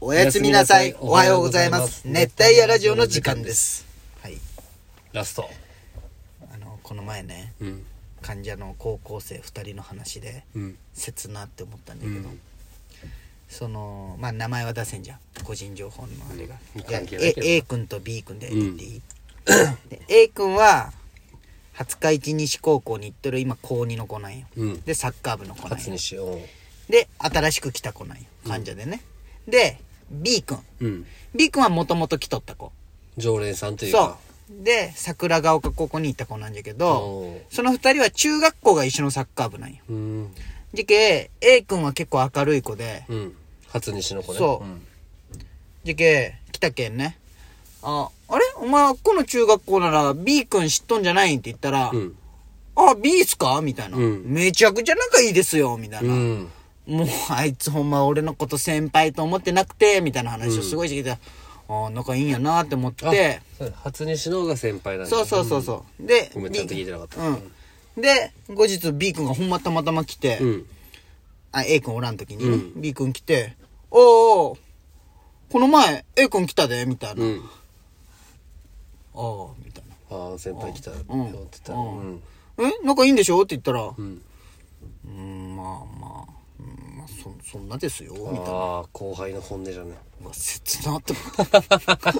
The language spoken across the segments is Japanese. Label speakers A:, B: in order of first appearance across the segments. A: おやすみなさい。おはようございます。熱帯夜ラジオの時間です。はい。
B: ラスト
A: あの、この前ね、
B: うん
A: 患者の高校生2人の話で、
B: うん
A: 切なって思ったんだ
B: う
A: けど、
B: ん
A: その、まあ、名前は出せんじゃん。個人情報のあれが。
B: うん
A: じゃあ
B: 関係ない
A: A,
B: けど
A: A 君と B 君で
B: うん
A: 言っていい、で ?A 君は、廿日市西高校に行ってる今高2の子なんよ。
B: うん
A: で、サッカー部の子なん
B: 初
A: よ
B: に。しよ
A: で、新しく来た子なんよ。患者でね。で、B 君。
B: ううん
A: B 君はもともと来とった子。
B: 常連さんという
A: そ
B: か
A: う。で、桜ヶ丘高校に行った子なんじゃけど、
B: そ
A: その二人は中学校が一緒のサッカー部なんよ。
B: ううん
A: じけ、A 君は結構明るい子で、
B: うん初にしの子ね
A: そうんじけ、来たけんね。あ、あれお前、この中学校なら B 君知っとんじゃないんって言ったら、
B: うん
A: あ、B っすかみたいな、
B: うん
A: めちゃくちゃ仲いいですよ、みたいうな。
B: ん
A: もう、あいつほんま俺のこと先輩と思ってなくて、みたいな話をすごいしてきて、ああ、仲いいんやなって思って、
B: そう初にしの方が先輩なんだ
A: そうそうそうそう。で、
B: ごめん
A: B
B: ちゃんと聞いてなかった
A: うん。で、後日 B 君がほんまたまたま来て、
B: うん
A: あ、A 君おらん時にね、B 君来て、おーおーこの前 A 君来たで、みたいな。
B: う
A: あ
B: ん
A: あ、みたいな。
B: ああ先輩来たよって
A: うん
B: 言ったらうん
A: え仲いいんでしょって言ったら、う
B: うん
A: ーん、まあまあ、うんまあそ、そんなですよ、みたいな。
B: ああ後輩の本音じゃね
A: うわ切なって思 った。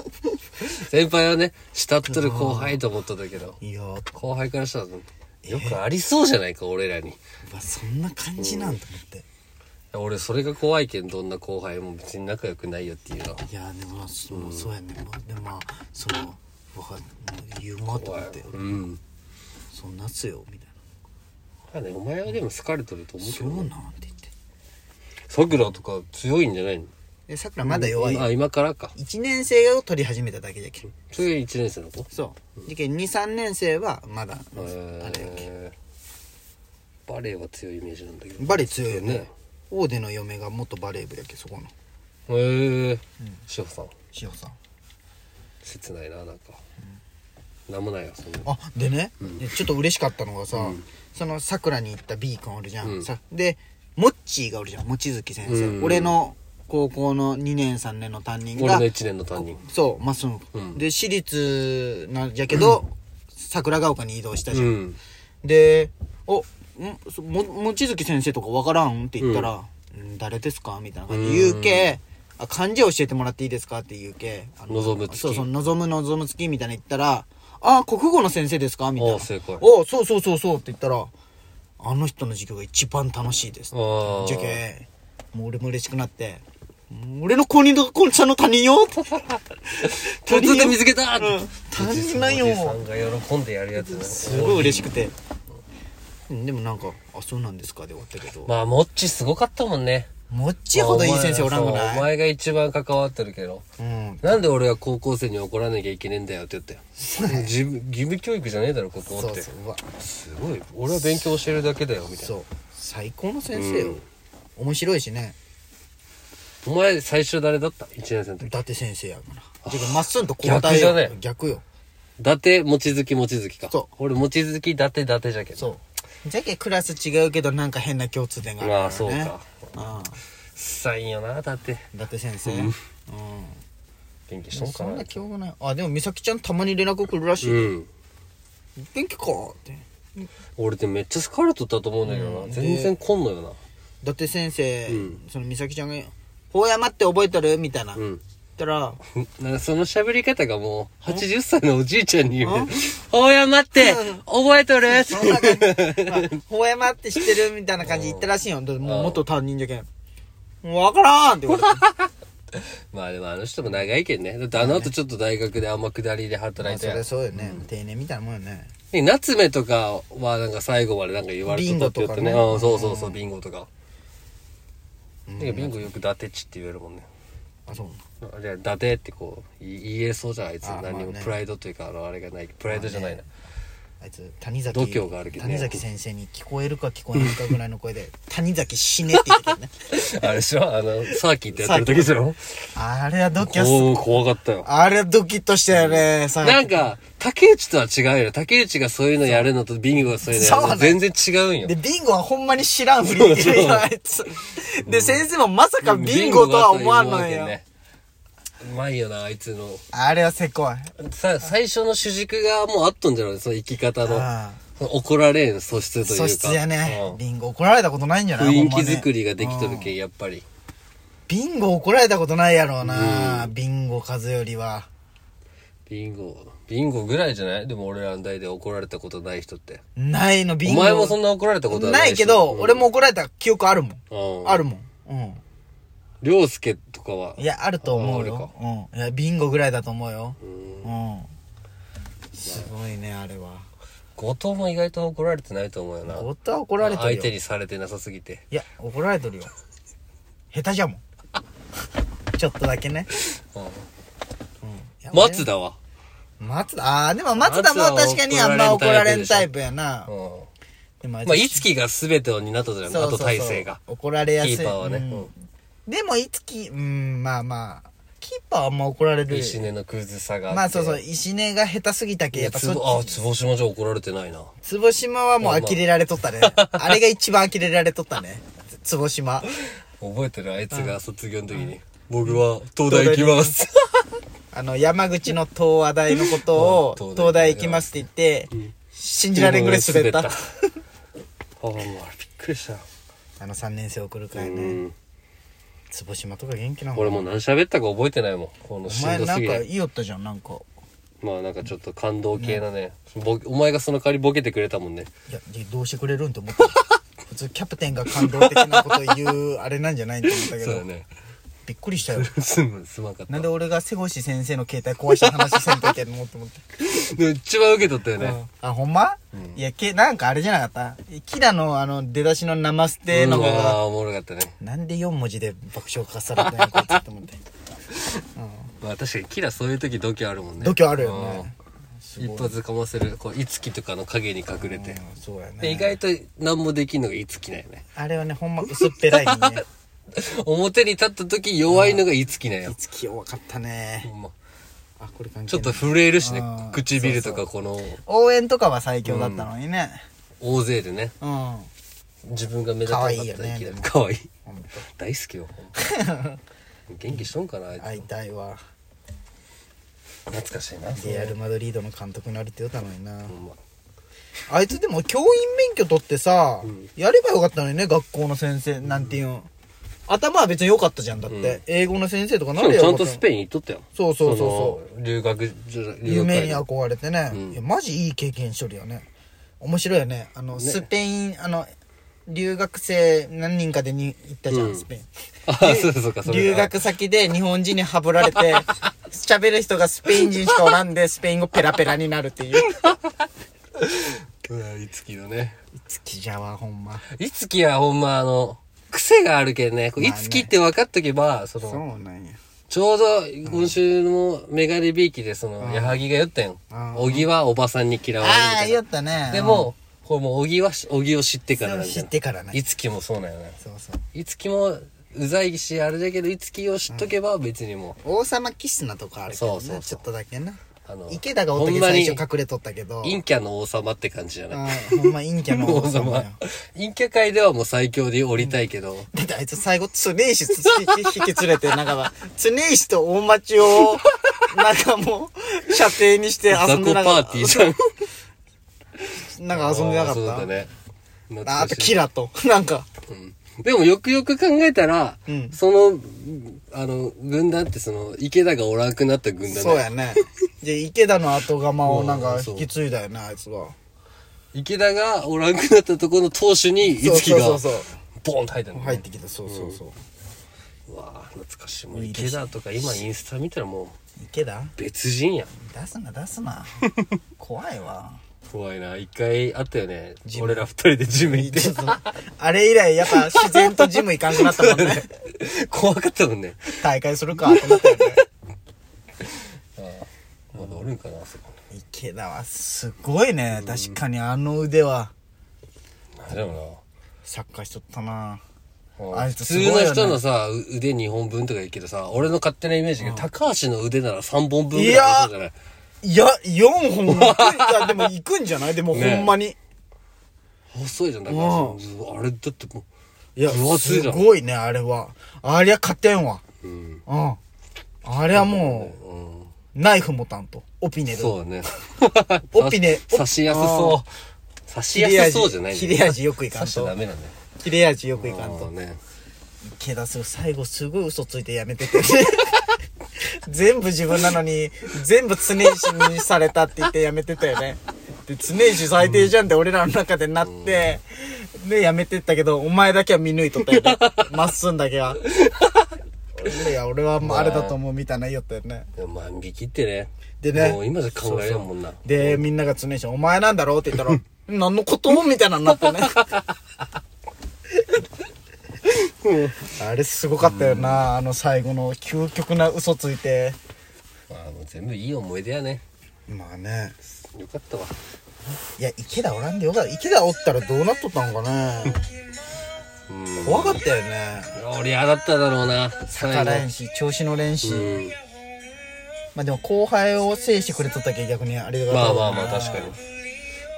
B: 先輩はね慕っとる後輩と思っとったけど
A: いやー、う
B: 後輩からしたらよくありそうじゃないか俺らに
A: わそんな感じなんと思って。
B: 俺それが怖いけんどんな後輩も別に仲良くないよっていうの
A: いやー、でもまあ、そもうそうやね。まあでもまあ、その、わかんない。言うなと思って、
B: うん
A: そんなっすよ、みたいな。
B: まあねお前はでも好かれとると思うけ
A: そうな
B: ど
A: んって言って
B: さくらとか強いんじゃないの
A: えさくらまだ弱い
B: あ今からか
A: 1年生を取り始めただけじゃけん
B: それ1年生の子
A: そうじゃけ23年生はまだあれやけん
B: えー、バレエは強いイメージなんだけど
A: バレー強いよね
B: ね
A: 大手の嫁が元バレー部やけんそこの
B: へえー、志保さん
A: 志保さん
B: 切ないななんか、なんもないよそんな
A: あでね、でちょっと嬉しかったのがさ、そのさくらに行った B 君おるじゃん、
B: うん
A: さでモッチーがおるじゃん望月先生、
B: うん
A: 俺の高校の2年3年の担任
B: 俺
A: が
B: の1年の担任
A: そうまっすぐ、
B: うん
A: で私立なんじゃけど、桜ヶ丘に移動したじ
B: う
A: ゃん
B: ん
A: で「おんそも望月先生とかわからん?」って言ったら「うん、誰ですか?」みたいな感じで言うけ「あ漢字教えてもらっていいですか?」って言うけ「あ
B: 望む月
A: そうそう望む望む月」みたいな言ったら「あ国語の先生ですか?」みたいな
B: お正解
A: おそうそうそうそう」って言ったら「あの人の授業が一番楽しいです」
B: あー
A: じゃけもう俺も嬉しくなって「俺の高認度高さんの他人よ」
B: 突然見つけたって
A: うん担任なんよ
B: おじさんが喜んでやるやつね
A: すごい嬉しくてうんでもなんか「あそうなんですか」で終わったけど
B: まあモッチすごかったもんね
A: もっちほどいい先生おらんく
B: まあお前
A: な
B: お
A: い
B: 前が一番関わってるけど
A: うん
B: なんで俺が高校生に怒らなきゃいけねえんだよって言ったよ義務義務教育じゃねえだろここ
A: そ
B: っ
A: う
B: て
A: そううわ
B: すごい俺は勉強してるだけだよみたいな
A: そう最高の先生よ、
B: うん
A: 面白いしね
B: お前最初誰だった1年生の時
A: 伊達先生やからてかまっすんと交
B: 逆
A: 代
B: じゃ
A: よ
B: ね
A: 逆よ
B: 伊達望月望月か
A: そう
B: 俺望月伊達伊達じゃけど
A: そうじゃけクラス違うけどなんか変な共通点が
B: ま
A: あ
B: あ
A: る
B: そう
A: からね
B: かさいよな伊
A: う
B: 達
A: ん伊達先生うん、
B: 元気しとんか
A: そん
B: な
A: な記憶ないあでも美咲ちゃんたまに連絡来るらし
B: う
A: い、
B: ん
A: 元気かって
B: 俺ってめっちゃ好かれとったと思うんだけどな全然来んのよな
A: 伊達先生、
B: うん
A: その美咲ちゃんが「大山って覚えとる?」みたいな、
B: う
A: 言っ
B: ん
A: たら
B: なんかその喋り方がもう、80歳のおじいちゃんに言う。大山って、覚えとる
A: そんな感じ。まあ、ほやまって知ってるみたいな感じで言ったらしいよ。でもう元担任じゃけん。もうわからんって言わ れて。
B: まあでもあの人も長いけんね。だってあの後ちょっと大学で天下りで働いて
A: そ。りゃそうよね。定年みたいなもんよね。
B: ね夏目とかはなんか最後までなんか言われとったって言ってね。
A: ビンゴとかね
B: うんそうそうそう、ビンゴとか。ねビンゴよく伊達っちって言えるもんね。
A: あ、そう。
B: あれ伊達ってこう、い言えそうじゃん、あいつ。
A: あまあね
B: 何もプライドというか、あの、あれがない。プライドじゃ ないな。
A: あいつ、谷崎。
B: 度胸があるけどね
A: 谷崎先生に聞こえるか聞こえないかぐらいの声 で、谷崎死ねって言ってたけどね。
B: あれでしょあの、サーキーってやってる時じゃろ
A: あれはドキ
B: お
A: ッ
B: ー、怖かったよ。
A: あれはドキッとしたよね。さ
B: なんか、竹内とは違うよ。竹内がそういうのやるのとビンゴがそういうのやるの
A: そ
B: と
A: う
B: 全然違うんよ
A: で、。ビンゴはほんまに知らんふりしてるよ、あいつ。で、先生もまさかビンゴとは思わんの
B: ビンゴがあったら言うわけ
A: よ
B: ね。うまいよな、あいつの。
A: あれはせこい。
B: さ、最初の主軸がもうあっとんじゃないその生き方の。
A: あ
B: その怒られん素質というか。
A: 素質やね
B: う。ん
A: ビンゴ怒られたことないんじゃない
B: 雰囲気作りができと
A: と
B: るけん、やっぱり。
A: ビンゴ怒られたことないやろうな。ビンゴ数よりは。
B: ビンゴ。ビンゴぐらいじゃないでも俺らの代で怒られたことない人って。
A: ないの、ビ
B: お
A: ンゴ。
B: 前もそんな怒られたことは
A: な
B: ないい
A: け
B: でしょ
A: ど、
B: うん
A: 俺も怒られた記憶あるもん。
B: うん
A: あるもん。うん。。
B: りょうすけとかはい
A: や、あると思う
B: ああ
A: よ。うん。いや、ビンゴぐらいだと思うよ。うん。すごいね、あれは。
B: 後藤も意外と怒られてないと思うよな。
A: ゴッタは怒られてる
B: 相手
A: よ。
B: にされてなさすぎて。
A: いや、怒られてるよ。下手じ ゃもん。ちょっとだけね。うん。
B: 松だわ。
A: 松田、あーでも松田も確かにあんま怒られんタイプやな
B: う。ん。
A: でもあいつ
B: まあ、いつきが全てを担ったじゃん。
A: そう
B: あ
A: そう
B: と
A: そう
B: 体勢が。
A: 怒られやすい。
B: キーパーはね
A: うん
B: うん
A: でも、いつき、うん、まあまあ、キーパーはあんま怒られる。
B: 石根のクズさがあって。
A: まあそうそう、石根が下手すぎたけ、やっぱ
B: つ
A: そ
B: ぼあ
A: っ、ち。
B: 坪島じゃ怒られてないな。
A: 坪島はもう呆れられと ったね。あれが一番呆れられとったね。坪島。
B: 覚えてるあいつが卒業の時に。僕は東大行きます。
A: あの、山口の東和大のことを
B: う、ん
A: 東大行きますって言って、信じられんぐらい滑った。
B: ああ、もうあれびっくりした。
A: あの3年生送るか
B: う
A: らね。
B: ん。
A: 坪島とか元気なの
B: 俺もう何喋ったか覚えてないもん。この
A: お
B: し
A: 前
B: んど
A: な
B: す
A: ん
B: ぎ
A: か
B: て。
A: いいよったじゃん、なんか。
B: まあなんかちょっと感動系なね。ぼお前がその代わりボケてくれたもんね。
A: いや、どうしてくれるんと思った。 普通キャプテンが感動的なこと言う、あれなんじゃないと思ったけ
B: そうだ
A: ど、
B: ね。
A: びっくりしたよ。
B: すん、すまんかった。
A: なんで俺が瀬越先生の携帯壊した話せんといけんのと思って。
B: でも一番受け取ったよね。
A: あ、ほんま、いや、け、なんかあれじゃなかったキラのあの、出だしのナマステの方
B: うんあ
A: が、
B: あ、おもろかったね。
A: なんで4文字で爆笑かっさらったんやこいつって思って。
B: まあ確かにキラそういう時度胸あるもんね。
A: 度胸あるよね。
B: うん。一発かませる、こう、いつきとかの影に隠れて。
A: うんそうや
B: で、意
A: ね。
B: 外と何もできんのがいつきなんよね。
A: あれはね、ほんま薄っぺ らいね。
B: 表に立った時弱いのがいつきなん
A: い
B: よ。
A: つき弱かったね。
B: ほんま
A: あ、これ関係ない。
B: ちょっと震えるしね
A: あー。
B: 唇とかこの、
A: 応援とかは最強だったのにね。
B: 大勢でね。
A: うん。
B: 自分が目立たなかったらい
A: 可愛い
B: け
A: よ
B: な
A: ね
B: い。かわいい。
A: ほんと
B: 大好きよ。ほ んま元気しとんかなあいつ
A: 会いたいわ。
B: 懐かしいな。
A: レアル・マドリードの監督になるって言うたのにな。
B: ほんま。
A: あいつでも教員免許取ってさ、やればよかったのにね、学校の先生、なんていうん。頭は別に良かったじゃん、だって。英語の先生とかな
B: しか
A: れば
B: もちゃ
A: よか
B: んと
A: った
B: スペイン行っとったよ。
A: そうそうそう
B: う。留学、じゅ留学
A: そう。夢に
B: 会で
A: 憧れてね、いやマジいい経験しとるよね。面白いよね。あの、スペイン、あの、留学生何人かでに行ったじゃん、
B: うん
A: スペイン。
B: あ、そうそうか、それ
A: 留学先で日本人にはぶられ て、喋る人がスペイン人しかおらんで、スペイン語ペラペラになるっていう。
B: うん、いつきのね。
A: いつきじゃわ、ほんま。
B: いつきはほんまあの、癖があるけんね。こういつきって分かっとけば、その、
A: うなんや。
B: ちょうど今週のメガネビーキでその、矢作が言ったよ
A: うん。
B: 小木はおばさんに嫌われる
A: ああ、
B: みた
A: 言
B: い
A: ったね
B: な。。でも、こうもう小木はし、小木を知ってから
A: う、
B: なんんだよ
A: 知ってからね。
B: いつきもそうなんよね。
A: そうそう。
B: いつきも、うざいし、あれだけど、いつきを知っとけば別にも
A: 王様キスなとこあるけど
B: そうそうそ
A: ね、
B: う
A: ちょっとだけな。
B: う、あの、
A: 池田がおっ
B: ほ
A: た
B: ん
A: け
B: ま
A: 最
B: に、
A: 初隠れとったけど。
B: 陰キャ の王様って感じじゃない。
A: うんほんま陰キャ の王様よ。
B: 陰キャ界ではもう最強で降りたいけど、
A: だってあいつ最後、常石つ引き連れて、なんか、常石と大町を、なんかもう、射程にして遊
B: 雑
A: ん
B: 魚
A: でな
B: パ
A: か
B: ー
A: っ
B: ティーじゃん。
A: た。なんか遊んでなか
B: あーそうだ
A: っ
B: ね。
A: た。あと、キ
B: ラ、
A: ラと。 なんか、
B: うんでもよくよく考えたら、
A: うん
B: その、あの、軍団ってその、池田がおらんくなった軍団だよ
A: そうやね。で、池田の後釜をなんか引き継いだよね、あいつは。
B: 池田がおらんくなったところの当主に、い
A: そう
B: つき
A: そう
B: が
A: そう、そう。
B: ボーンと入ったの、
A: 入ってきた、そうそうそう。
B: うわあ懐かしい。もう池田とか今インスタ見たらもう、
A: 池田
B: 別人やん。
A: 出すな出すな 怖いわ
B: 怖いな。一回あったよね
A: ジ。ム
B: 俺ら二人でジム行って。
A: ちょっとあれ以来やっぱ自然とジム行かんくなったもん ね
B: 怖かったもんね。
A: 大会するかと思ったよね
B: まだおるんかな、あそこ
A: 池田はすごいね確かにあの腕は
B: に。なんだろ
A: サッカーしとったな
B: うな。
A: あい
B: 普
A: つ
B: 通
A: すごいよね
B: の人のさ、う腕2本分とか言うけどさ、俺の勝手なイメージだけど、高橋の腕なら3本分ぐらいありそうじゃない
A: いや4本も行くんじゃでも行くんじゃないでもほんまに、
B: 細いじゃん、だから
A: うん
B: そのあれだっても
A: いや
B: 分厚い
A: す
B: じゃん
A: ごいねあれはありゃ勝てんわ
B: う、うん。
A: うんああれはもう、
B: うん
A: ナイフ持たんと。オピネル。
B: そうだ ね。
A: オピネ
B: 刺しやすそう。刺しやすそうじゃないね
A: 切れ味よくいかん
B: 刺しちゃ
A: と
B: ダ。メなんだよ。
A: 切れ味よくいかん
B: あー
A: と。
B: ね。
A: 池田する最後すごい嘘ついてやめてて。全部自分なのに、全部常石にされたって言ってやめてたよね。で、常石最低じゃんって俺らの中でなって、で、やめてったけど、お前だけは見抜いとったよね。まっすんだけは。いや、俺はもうあれだと思うみたいな言いよったよね。
B: でも万引きってね。
A: でね
B: もう今じゃ考えられんもんな。
A: で、みんなが常石、お前なんだろうって言 ったら、何のことみたいなのになったね。あれすごかったよな、あの最後の究極な嘘ついて。
B: まあもう全部いい思い出やね。
A: まあね。
B: よかったわ。
A: いや、池田おらんでよかった。池田おったらどうなっとったんかね。
B: うん。
A: 怖かったよね。
B: 俺嫌だっただろうな。
A: 逆
B: 最
A: らえ
B: 後。
A: んし、調子乗れんし。
B: うん。
A: まあでも後輩を制してくれとったけ逆にありがたい
B: まあまあまあ確かに。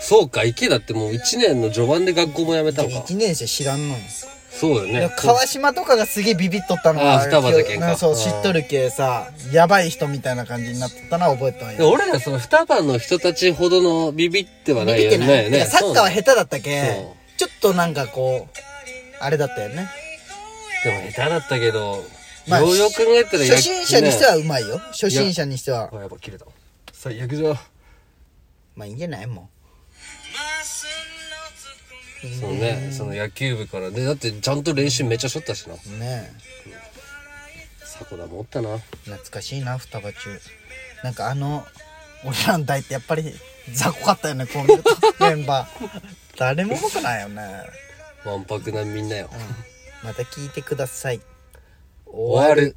B: そうか、池だってもう1年の序盤で学校も辞めたのか。
A: 1年生知らんのに。
B: そうだよね。
A: 川島とかがすげえビビっとったの
B: あー双葉だけんか
A: なそう
B: あー
A: 知っとるけさやばい人みたいな感じになっとったのは覚えてない
B: で
A: よ
B: 俺らその双葉の人たちほどのビビっては
A: ビ
B: ない
A: ビっ
B: よ
A: て
B: ね。
A: ない
B: ね
A: てかサッカーは下手だった
B: そう
A: けちょっとなんかこうあれだったよね
B: でも下手だったけど、
A: まあ
B: ようよく考えたら
A: 初心者にして
B: ね
A: はうまいよ初心者にしては
B: あやっぱ切れた最悪じゃ
A: まあいいんじゃないも
B: そうねその野球部からねだってちゃんと練習めっちゃしょったしな
A: うねえ
B: 迫田もおったな
A: 懐かしいな双葉中なんかあの俺らの代ってやっぱり雑魚かったよねこう見るとメンバ ー誰も重くないよね
B: わんぱくなみんなよ
A: また聞いてください
B: 終わる